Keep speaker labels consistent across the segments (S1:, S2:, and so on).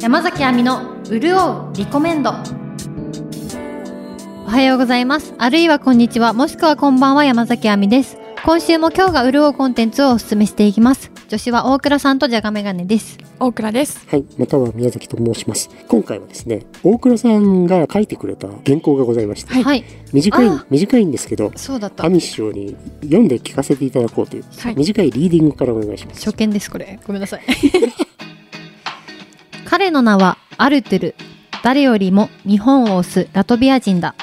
S1: 山崎亜美の潤うリコメンド
S2: おはようございます。あるいはこんにちは、もしくはこんばんは山崎あみです。今週も今日が潤うコンテンツをお勧めしていきます。女子は大倉さんとじゃがメガネです。
S3: 大倉です。
S4: はい、または宮崎と申します。今回はですね、大倉さんが書いてくれた原稿がございまして、
S2: はい、
S4: 短い
S2: あー
S4: 短いんですけど、
S2: そうだった
S4: ア。ミ師匠に読んで聞かせていただこうという、
S3: はい
S4: 短いリーディングからお願いします。
S2: 初見ですこれごめんなさい 彼の名はアルトゥル誰よりも日本を推すラトビア人だ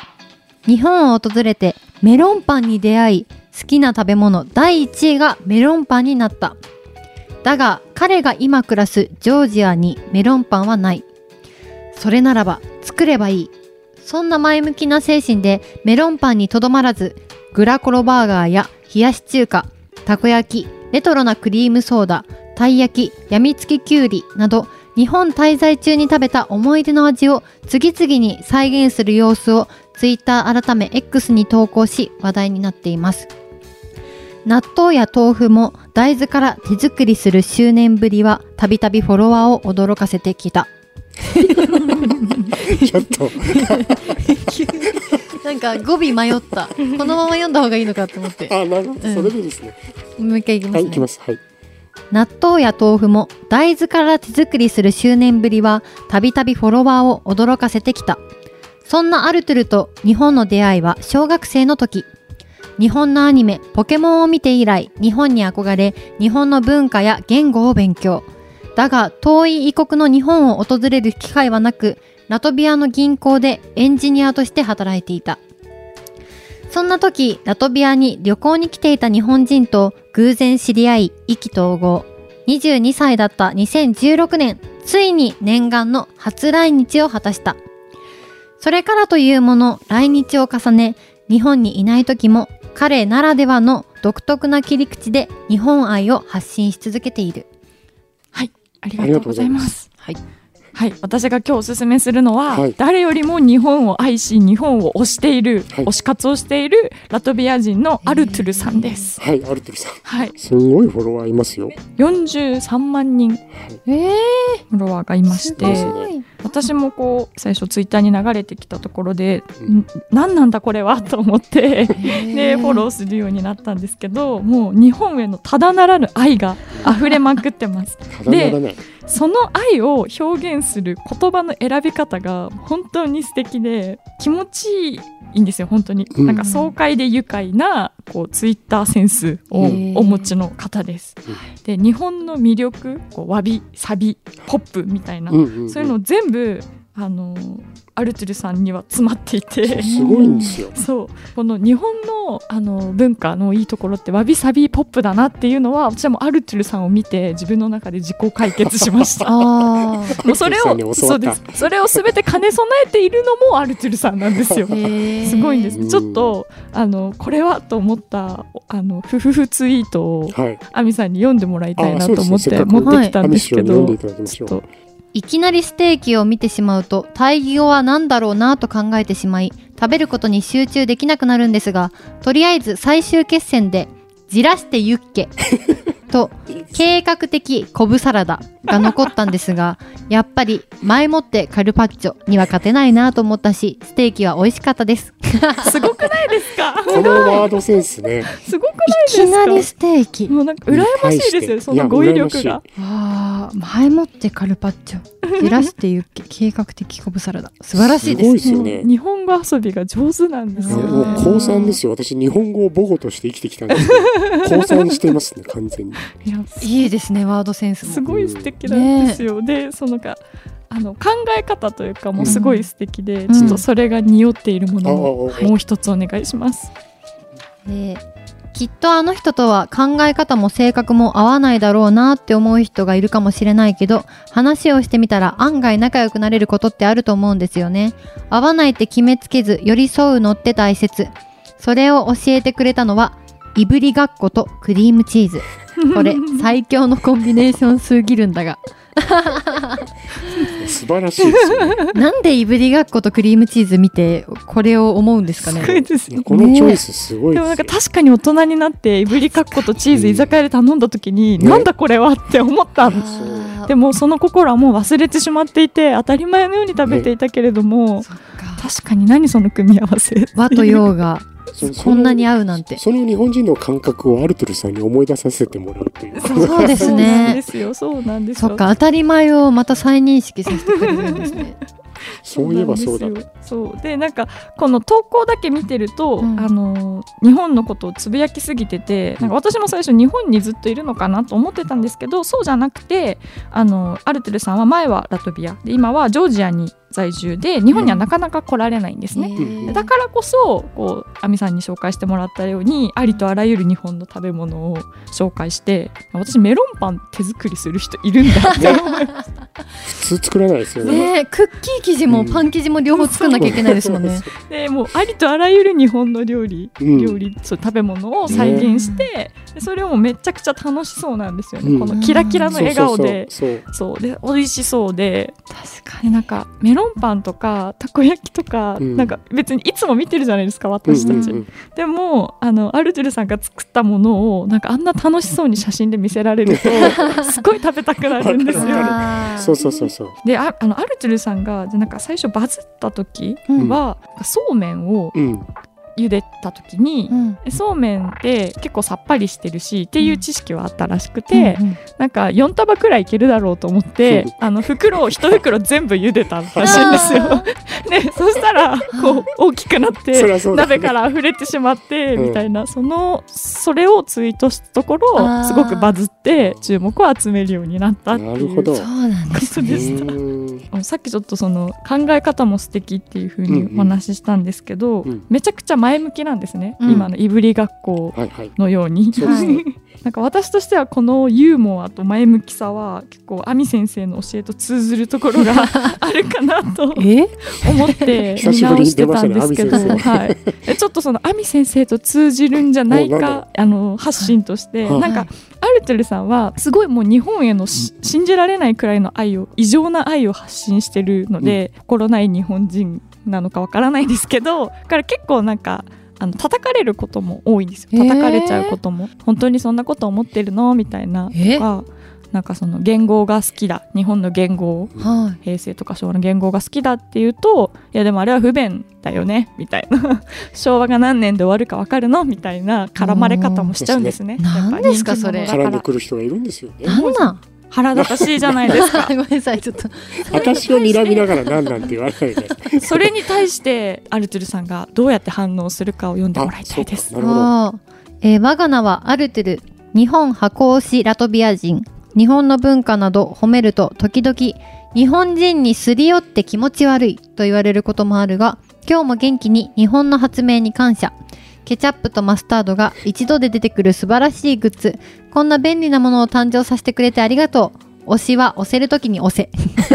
S2: 日本を訪れてメロンパンに出会い好きな食べ物第1位がメロンパンになっただが彼が今暮らすジョージアにメロンパンはないそれならば作ればいいそんな前向きな精神でメロンパンにとどまらずグラコロバーガーや冷やし中華たこ焼きレトロなクリームソーダたい焼きやみつききゅうりなど日本滞在中に食べた思い出の味を次々に再現する様子をツイッター改め X に投稿し話題になっています納豆や豆腐も大豆から手作りする執念ぶりはたびたびフォロワーを驚かせてきた
S4: ちょっと、
S2: なんか語尾迷ったこのまま読んだ方がいいのかと思って
S4: あ、なるほど、それでですね。
S2: もう一回いきま
S4: は
S2: す
S4: い、い
S2: ね
S4: きます。はい。
S2: 納豆や豆腐も大豆から手作りする執念ぶりはたびたびフォロワーを驚かせてきたそんなアルトゥルと日本の出会いは小学生の時日本のアニメ「ポケモン」を見て以来日本に憧れ日本の文化や言語を勉強だが遠い異国の日本を訪れる機会はなくラトビアの銀行でエンジニアとして働いていたそんな時ラトビアに旅行に来ていた日本人と偶然知り合い意気投合22歳だった2016年ついに念願の初来日を果たしたそれからというもの来日を重ね日本にいない時も彼ならではの独特な切り口で日本愛を発信し続けている
S3: はい、ありがとうございます。
S2: はい
S3: はい、私が今日おすすめするのは、
S4: はい
S3: 誰よりも日本を愛し、日本を推している、
S4: はい
S3: 推し活をしているラトビア人のアルトゥルさんです。
S4: はい、アルトゥルさん。
S3: はい、
S4: すごいフォロワーいますよ。
S3: 43万人
S2: えー、
S3: フォロワーがいまして、
S4: すご
S2: い
S3: 私もこう最初ツイッターに流れてきたところで、
S4: うん
S3: ん何なんだこれはと思って。でフォロー
S2: ー
S3: するようになったんですけどもう日本へのただならぬ愛が溢れまくってます
S4: ただならない。
S3: その愛を表現する言葉の選び方が本当に素敵で気持ちいいんですよ本当に、
S4: うん
S3: なんか爽快で愉快なこうツイッターセンスを
S4: へ
S2: ー
S3: お持ちの方です、で日本の魅力こうわびサビポップみたいな、
S4: うんうんうん
S3: そういうのを全部あのアルトゥルさんには詰まっていて
S4: すごいんですよ。
S3: そうこの日本のあの文化のいいところってわびさびポップだなっていうのは私はもうアルトゥルさんを見て自分の中で自己解決しました。
S2: あー
S3: もうそれ
S4: アルトゥル
S3: を
S4: さ
S3: そうんで
S4: に教わっ
S3: すそれを全て兼ね備えているのもアルトゥルさんなんですよ。
S2: へ ー
S3: すごいんです、
S4: うん
S3: ちょっとあのこれはと思ったあのふふふツイートを
S4: た。はい。
S3: アミさんに読んでもらいたい
S4: あ
S3: な
S4: そう
S3: と
S4: ですね
S3: 思っ
S4: せってかく
S3: 持ってきた
S4: ア
S3: ん
S4: ミ
S3: で
S4: 師
S3: す
S4: 匠
S3: け
S4: に読ん
S3: ど、
S4: でいただきまし
S3: ち
S4: ょ
S3: ょっ
S4: う。
S3: と
S2: いきなりステーキを見てしまうと対義語は何だろうなと考えてしまい食べることに集中できなくなるんですがとりあえず最終決戦で「じらしてユッ ケ」と計画的コブサラダが残ったんですがやっぱり前もってカルパッチョには勝てないなと思ったしステーキは美味しかったです
S3: すごくないですか
S4: このワードセンスね。
S3: すごくない
S2: い
S3: ですか
S2: きなりステーキ
S3: もうなんか羨ましいですよその語彙力が。
S2: わあ前もってカルパッチ ョじらしてユッケ計画的コブサラダ素晴らしいです
S4: ご
S2: す
S4: いですよね。
S3: 日本語遊びが上手なんですよ、
S4: ね
S3: ね。
S4: もう高三ですよ。私日本語を母語として生きてきたん ですけど、高三してますね完全に。
S3: いや
S2: いいですねワードセンスも
S3: すごい素敵なんですよ。で、そのかあの考え方というかもうすごい素敵で、
S2: うん
S3: ちょっとそれが匂っているも
S4: ああ
S3: のを
S4: ああ
S3: もう一つお願いします。
S2: できっとあの人とは考え方も性格も合わないだろうなって思う人がいるかもしれないけど話をしてみたら案外仲良くなれることってあると思うんですよね合わないって決めつけず寄り添うのって大切それを教えてくれたのはいぶりがっことクリームチーズこれ最強のコンビネーションすぎるんだが
S4: 素晴らしいですよね。
S2: なんでいぶりがっことクリームチーズ見てこれを思うんですか
S3: す
S2: ね
S3: ごいです
S4: い
S3: ね
S4: や。このチョイスすごい
S3: で
S4: で
S3: もなん
S4: す
S3: か
S4: よ。
S3: 確かに大人になっていぶりかっことチーズ居酒屋で頼んだ時に、
S4: ね
S3: なんだこれはって思ったんです
S4: そう
S2: あー
S3: でもその心はもう忘れてしまっていて当たり前のように食べていたけれども、
S2: そっか
S3: 確かに何その組み合わせ
S2: 和と洋が
S4: そそ
S2: こんなに
S4: の
S2: 合うなんて
S4: その日本人の感覚をアルトゥルさんに思い出させてもらうという
S2: そうですね
S3: そうなんですよそうなんです
S2: そ
S3: よ
S2: っか当たり前をまた再認識させてくれるんですね
S4: そういえばそうだ
S3: なんですよそうでなんかこの投稿だけ見てると、
S2: うん
S3: あの日本のことをつぶやきすぎててなんか私も最初日本にずっといるのかなと思ってたんですけどそうじゃなくてあのアルテルさんは前はラトビアで今はジョージアに在住で日本にはなかなか来られないん ですね。
S2: え
S4: うん
S2: ー
S3: だからこそこう亜美さんに紹介してもらったようにありとあらゆる日本の食べ物を紹介して私メロンパン手作りする人いるんだって思いました
S4: 普通作らないですよね
S2: ねえクッキー生地もパン生地も両方作んなきゃいけないですもんね
S3: でもうありとあらゆる日本の料理
S4: うん
S3: 料理、そう食べ物を再現して、でそれをめちゃくちゃ楽しそうなんですよね、
S4: うん
S3: このキラキラの笑顔で。
S4: そうそうそう
S3: そうで美味しそうで確かになんかメロンパンとかたこ焼きとか、
S4: うん
S3: なんか別にいつも見てるじゃないですか
S4: そう
S3: 私たち、
S4: うんうんうん
S3: でもあのアルトゥルさんが作ったものをなんかあんな楽しそうに写真で見せられると すごい食べたくなるんですよ
S4: わかる
S3: ね。
S2: あー
S4: そうそうそうそう
S3: でああのアルトゥルさんがなんか最初バズった時は、
S2: うん
S3: なんかそうめんを
S4: うん
S3: 茹でた時に
S2: う、ん
S3: でそうめんって結構さっぱりしてるしっていう知識はあったらしくて、
S2: うんうん
S3: なんか4束くらいいけるだろうと思って
S4: うん
S3: あの袋 を1袋全部茹でたらしいんですよ。 でそしたらこう大きくなっ
S4: そり
S3: て
S4: ゃそうだね
S3: 鍋から溢れてしまって
S4: うん
S3: みたいなそのそれをツイートしたとこ
S2: あー
S3: ろすごくバズって注目を集めるようになったって
S4: ないるほ
S3: う
S4: ど
S3: こ
S2: そうなんだ
S3: とでした。
S4: うん
S3: あのさっきちょっとその考え方も素敵っていうふうにお話ししたんですけど、
S4: うんうん
S3: めちゃくちゃ前向きなんですね、
S2: うん
S3: 今のいぶり学校
S4: はいはい
S3: のように。
S4: そうですね
S3: なんか私としてはこのユーモアと前向きさは結構亜美先生の教えと通ずるところ があるかなと
S2: え
S3: 思って
S4: 久
S3: 見
S4: しぶり
S3: 直
S4: に
S3: し
S4: 出
S3: て
S4: ました
S3: ん
S4: たね
S3: ですけど、
S4: 亜美先生
S3: はい、えちょっとその亜美先生と通じるんじゃない
S4: おなんだろ
S3: かあの発信として、
S4: はい
S3: なんかアルトゥルさんはすごいもう日本へのし信じられないくらいの愛を異常な愛を発信してるので、心ない日本人なのかわからないですけどだから結構なんかあの叩かれることも多いんですよ
S2: へー
S3: 叩かれちゃうことも、本当にそんなこと思ってるのみたいな
S2: え
S3: とかなんかその言語が好きだ日本の言語を
S2: はい
S3: 平成とか昭和の言語が好きだっていうといやでもあれは不便だよねみたいな 昭和が何年で終わるか分かるのみたいな絡まれ方もしちゃうんですね。
S2: うん
S3: やっぱ
S2: 何ですかそれ
S3: 人気者だ
S4: 絡ん
S3: か
S4: で
S3: ら
S4: くる人がいるんですよね
S2: なんなん。
S3: 腹立たしいじゃないですか
S2: ごめんなさいちょっと
S4: 私を睨みながら何なんて言われないで
S3: それに対してアルトゥルさんがどうやって反応するかを読んでもらいたい です。
S4: なるほど
S2: あーえー我が名はアルトゥル日本箱推しラトビア人日本の文化など褒めると時々日本人にすり寄って気持ち悪いと言われることもあるが今日も元気に日本の発明に感謝ケチャップとマスタードが一度で出てくる素晴らしいグッズこんな便利なものを誕生させてくれてありがとう推しは押せるときに押せ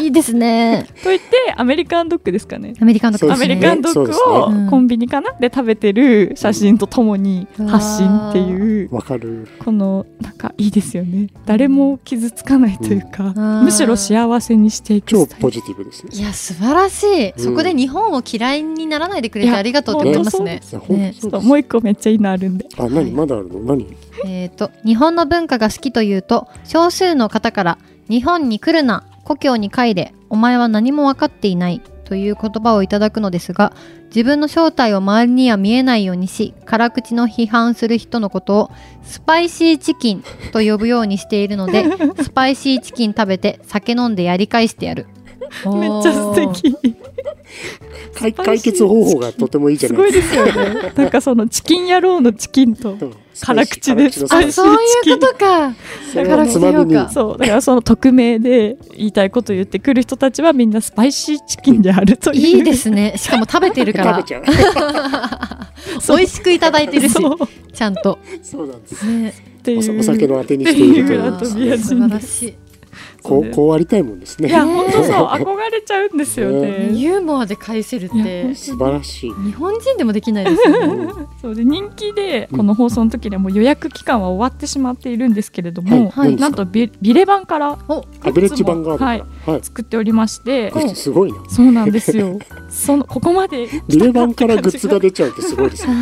S2: いいですね
S3: と言ってアメリカンドッグですかね。
S2: アメリカンドッグ
S4: そ
S2: で
S3: ア
S4: う
S3: メ
S4: ですね
S3: リカンドッグ
S4: そう
S2: ですね
S3: をコンビニかなで食べてる写真とともに発信っていう
S4: わかる
S3: このなんかいいですよね誰も傷つかないというか、
S2: うん
S3: むしろ幸せにしていく
S4: 超
S3: スタイ
S4: ポ
S3: ル
S4: ジティブですね
S2: いや素晴らしい、
S4: うん
S2: そこで日本を嫌いにならないでくれてありがとうって思いますね
S4: いや本
S2: ね
S4: 当
S3: ちょっ
S4: そう
S3: と
S4: で
S3: もう一個めっちゃいいのあるんです
S4: あ何まだあるの何
S2: えっ、と日本の文化が好きというと少数の方から「日本に来るな故郷に帰れお前は何も分かっていない」という言葉をいただくのですが自分の正体を周りには見えないようにし辛口の批判する人のことをスパイシーチキンと呼ぶようにしているのでスパイシーチキン食べて酒飲んでやり返してやる
S3: めっちゃ素敵
S4: 解解決方法がとてもいいじ ゃ
S3: す
S4: ない
S3: ご
S4: で
S3: い
S4: す
S3: ですよねなんかそのチキン野郎のチキンと
S4: かうん
S3: 辛口で
S4: 辛口の
S2: あそういうことか
S4: それをつまみに
S2: 辛口
S3: そうだからその匿名で言いたいこと言ってくる人たちはみんなスパイシーチキンであるという
S2: いいですねしかも食べてるか
S4: 食べ
S2: ら
S4: ちゃう
S2: 美味しくいただいてるし
S3: そう
S2: ちゃんと、
S4: そうなんです
S2: ね、
S3: ってい
S4: お酒
S3: う
S4: お酒のあてにしているとい
S3: ラ
S4: う
S3: トビア人です
S2: 素晴らしい
S4: こうこうありたいもんですね
S3: いや本当そう憧れちゃうんですよね
S2: ユーモアで返せるっ
S3: いや
S2: て
S4: 素晴らしい
S2: 日本人でもできないですよ
S4: う
S2: ね。
S4: ん
S3: そうで人気でこの放送の時でもう予約期間は終わってしまっているんですけれども、
S4: はいはい
S3: なんとビビレ版から
S2: お
S4: アベレッジ版があるから
S3: はい
S4: はい
S3: 作っておりまして、
S4: これすごいな
S3: そうなんですよそのここまで
S4: ビレバンからグッズが出ちゃうってすご いですね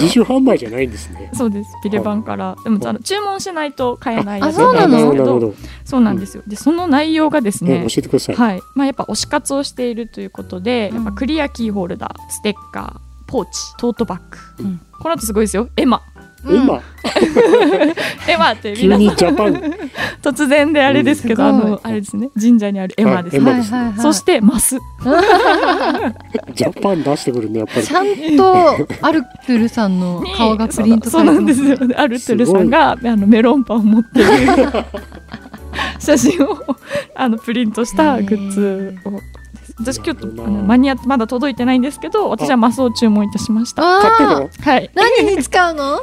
S4: 自主販売じゃないんですね
S3: そうですビレバンからでもあの注文しないと買えない
S2: あ
S3: やつ
S2: そうなの
S4: なる
S3: んですけ
S4: ほどなるほ
S3: ど
S4: ど、
S3: そうなんですよでその内容がです
S4: ね
S3: ね
S4: 教えてください、
S3: はいまあ、やっぱ推し活をしているということで、
S2: うん
S3: やっぱクリアキーホルダーステッカーポーチトートバッグ、
S4: うん
S3: この後すごいですよ エマ
S4: 今
S3: エマってみん
S4: 急
S3: な
S4: にジャパン
S3: 突然であれですけど、
S2: うん
S3: あのあれですね神社にあるエマですね、
S4: はいエマですね
S2: はいはいはい
S3: そしてマス
S4: ジャパン出してくるねやっぱり
S2: ちゃんとアルトゥルさんの
S3: に
S2: 顔がプリント
S3: そ
S2: さ
S3: う
S2: れ
S3: な
S2: て
S3: んで
S2: ます
S3: すよねアルトゥルさんがあのメロンパンを 持っている写真をあのプリントしたグッズを私今日あの間に合ってまだ届いてないんですけど私はマスを注文いたしました
S4: 買ってん
S2: あ
S4: の
S3: はい
S2: ー何に使う の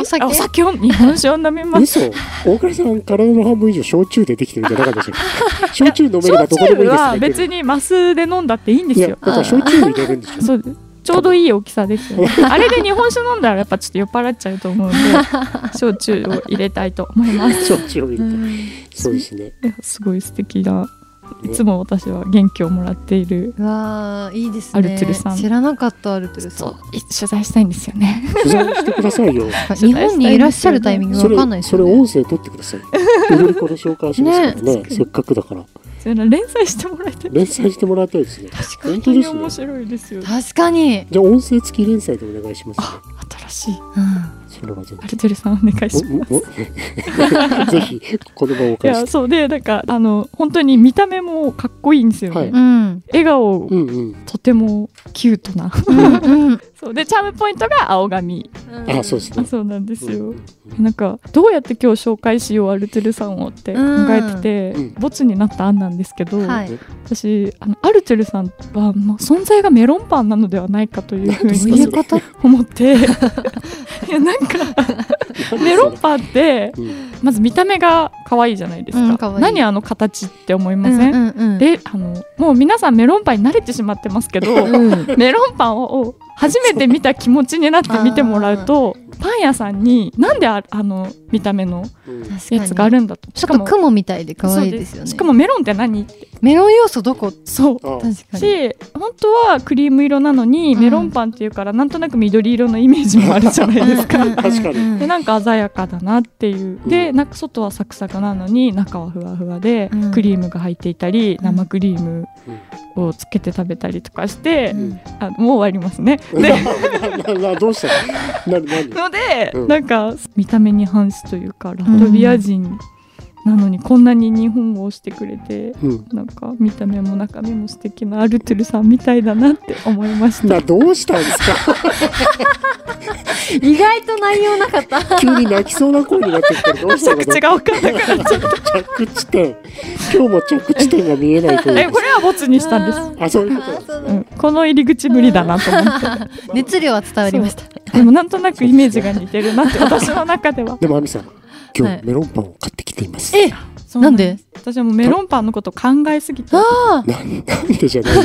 S2: お酒
S3: あお酒を日本酒を飲みます。
S4: 嘘大倉さん体の半分以上焼酎でできてるんじゃなかったでしょ 焼酎飲めれば
S3: 焼
S4: どこでも
S3: 酎
S4: いいです
S3: は別にマスで飲んだっていいんです
S4: いやだ
S3: よ。
S4: から焼酎入れるんでしょ
S3: そうですちょうどいい大きさですよね。あれで日本酒飲んだらやっぱちょっと酔っ払っちゃうと思うんで、焼酎を入れたいと思います。
S4: 焼酎を入れ
S2: う
S4: て
S2: ん
S4: そうですね
S3: いやすごい素敵な。い
S4: ね
S3: つも私は元気をもらっている。
S2: うわーいいですね
S3: アルトゥルさん
S2: 知らなかったアルトゥルさ
S3: そ
S2: ん
S3: うい取材したいんですよね。
S4: 取材してくださいよ
S2: 日本にいらっしゃるタイミングが
S4: そ
S2: わ
S4: れ
S2: かんないです
S4: そ
S2: よ
S4: れ
S2: ね
S4: 音声取ってくだ さいウルリコで紹介しますからね
S3: ね
S4: せっかくだから
S3: それ連載してもらいたい。
S4: 連載してもらいたいですね本
S3: 本
S4: 当
S3: 当
S4: で
S3: に
S4: すね
S3: 面白いですよ。
S2: 確かに、
S4: じゃあ音声付き連載でお願いしますね
S3: 新しい
S2: うん
S4: それはぜ
S3: アルトゥルさんお願いします。
S4: ひぜひこの場をお
S3: い
S4: 返し
S3: やそうでなんかあの本当に見た目もかっこいいんですよね、
S4: はい
S2: うん
S3: 笑顔
S4: うんうん
S3: とてもキュートな
S2: うん
S3: そうでチャームポイントが青髪
S4: あそうです
S3: あ
S4: ね
S3: そうなんですよ、
S4: うん
S3: なんかどうやって今日紹介しようアルトゥルさんをって考えてて、
S4: うん
S3: ボツになった案なんですけど、
S2: はい
S3: 私あのアルトゥルさんはもう存在がメロンパンなのではないかというふう
S2: どう
S3: に
S2: いうこと
S3: 思っていやなんかメロンパンって
S4: うん
S3: まず見た目が可愛いじゃないです
S2: うん
S3: か,、
S2: 可愛い
S3: 何あの形って思いま
S2: う
S3: せん、
S2: んうんうん
S3: であのもう皆さんメロンパンに慣れてしまってますけど
S2: うん
S3: メロンパンを初めて見た気持ちになって見てもらうとパン屋さんになんでああの見た目の
S4: うん
S2: 確かに
S3: やつがあるんだと
S2: ちょっと
S3: も
S2: 雲みたいで可愛いですよ
S3: そう
S2: ね
S3: しかもメロンって何
S2: メロン要素どこ
S3: そう
S4: あ
S2: 確かに
S3: し本当はクリーム色なのに
S2: うん
S3: メロンパンっていうからなんとなく緑色のイメージもあるじゃないですか。
S4: 確かに
S3: でなんか鮮やかだなっていう
S4: う
S3: で
S4: ん
S3: なんか外はサクサクなのに中はふわふわで、
S2: うん
S3: クリームが入っていたり
S2: ん
S3: 生クリームをつけて食べたりとかして、
S2: うん
S3: あもう終わりますね。
S4: うん
S3: で
S4: なななどうしたのな何
S3: ので、
S4: うん
S3: なんか見た目に反すというかラトビア人なのにこんなに日本語をしてくれて、
S4: うん
S3: なんか見た目も中身も素敵なアルトゥルさんみたいだなって思いまし た。
S4: などうしたんですか
S2: 意外と内容なかった
S4: 急に泣きそうな声になってきたらどうしたの
S3: 着地が分かんなくなっちゃっ
S4: 着地点今日も着地点が見えないと
S3: た
S4: い
S3: え
S4: う
S3: これはボツにしたんです。
S4: あそういうことなんです
S2: そう
S4: ね
S2: だ
S3: うん、この入り口無理だなと思って
S2: 熱量は伝わりました
S3: でもなんとなくイメージが似てるなって私の中では
S4: でも亜美さん
S2: は
S4: 今
S2: い
S4: 日メロンパンを買ってきています
S2: え
S3: そう
S2: なん
S3: で
S2: です
S3: 私はもうメロンパンのことを考えすぎて
S2: あ
S4: なんなんでじゃない よ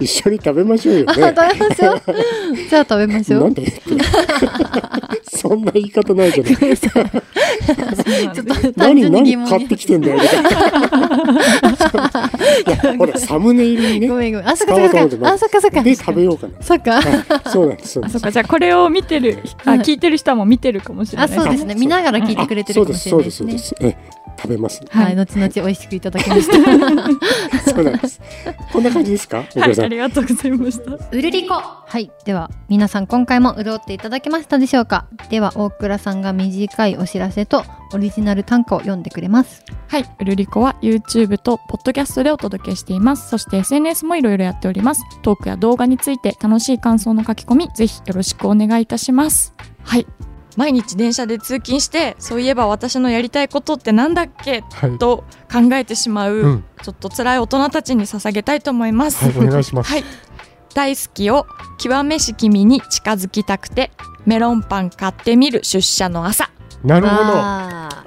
S4: 一緒に食べましょうよ
S2: あ
S4: ね
S2: 食べましょう じゃあ食べましょ
S4: なん
S2: う
S4: でってそんな言い方ないじゃない
S3: ちょっ と
S2: 単
S4: 何
S2: 純に疑
S4: 何
S2: 問
S4: 買って
S2: に
S4: きてん だよみたいないやほらサムネイルに
S2: ごめ
S4: ね
S2: んごめんあそっかそっ
S4: 買おうと思って
S2: かあそっかそっか
S4: で食べようかな
S2: そっか
S4: はいそうなんですそうな
S3: あそっ
S4: んです
S3: かじゃあこれを見てるあ
S2: はい
S3: 聞いてる人も見てるかもしれな
S2: あ
S3: い
S2: そうですね見ながら聞いてくれて
S4: そ
S2: る
S4: う
S2: か
S4: で
S2: も
S4: す
S2: しれ
S4: そう
S2: ないで
S4: で
S2: すす
S4: そう
S2: ね
S4: ですえ食べます
S3: はい
S2: はい後々美味しくいただきました
S4: そうなんですこんな感じですか大
S3: は
S4: 倉
S3: い、
S4: さ
S3: あ
S4: ん
S3: りがとうございました。
S1: うるりこ
S2: はいでは皆さん今回も潤っていただけましたでしょうかでは大倉さんが短いお知らせとオリジナル短歌を読んでくれます
S3: はい、うるりこは YouTube と Podcast でお届けしています。そして SNS もいろいろやっております。トークや動画について楽しい感想の書き込み、ぜひよろしくお願いいたします。はい、
S5: 毎日電車で通勤してそういえば私のやりたいことってなんだっけ
S6: はい、
S5: と考えてしまう、
S6: うん
S5: ちょっと辛い大人たちに捧げたいと思います、
S6: はい、お願いします。
S5: はい大好きを極めし君に近づきたくてメロンパン買ってみる出社の朝
S6: なるほど。
S2: あ
S4: あ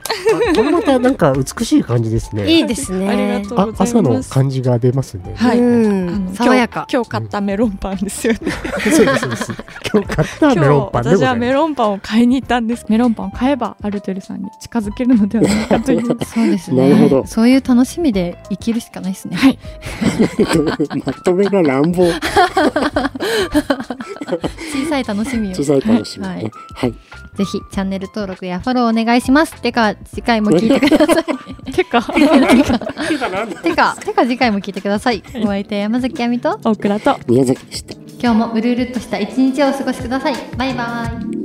S4: これまたなんか美しい感じですね。
S2: いいですね。
S3: ありがとう
S4: あ
S3: ございます
S4: 朝の感じが出ますね。
S5: はい
S2: うん
S3: あの
S2: 爽やか。
S5: 今日買ったメロンパンですよね。
S4: そうですそうです。今日買っ
S5: 今
S4: た
S5: 日
S4: メロンパンでご
S5: 私
S4: ざ
S5: はい
S4: ま
S5: メ
S4: す。
S5: ロンパンを買いに行ったんです。
S3: メロンパンを買えばアルトゥルさんに近づけるのではないかと いう
S2: そうです
S4: なるほ
S2: ね。
S4: ど
S2: そういう楽しみで生きるしかないですね。
S3: はい
S4: まとめが乱暴。
S2: 小さい楽しみを。
S4: 小
S2: ぜ
S4: さい楽しみね。はい。
S2: ひチャンネル登録やフォローお願いします。てか次回も聞いてください。
S3: て か
S4: 手がなんだ
S2: て かてか次回も聞いてください。お相手は山崎亜美と
S3: 大倉と
S4: 宮崎でした。
S2: 今日もうるうるっとした一日をお過ごしください。バイバイ。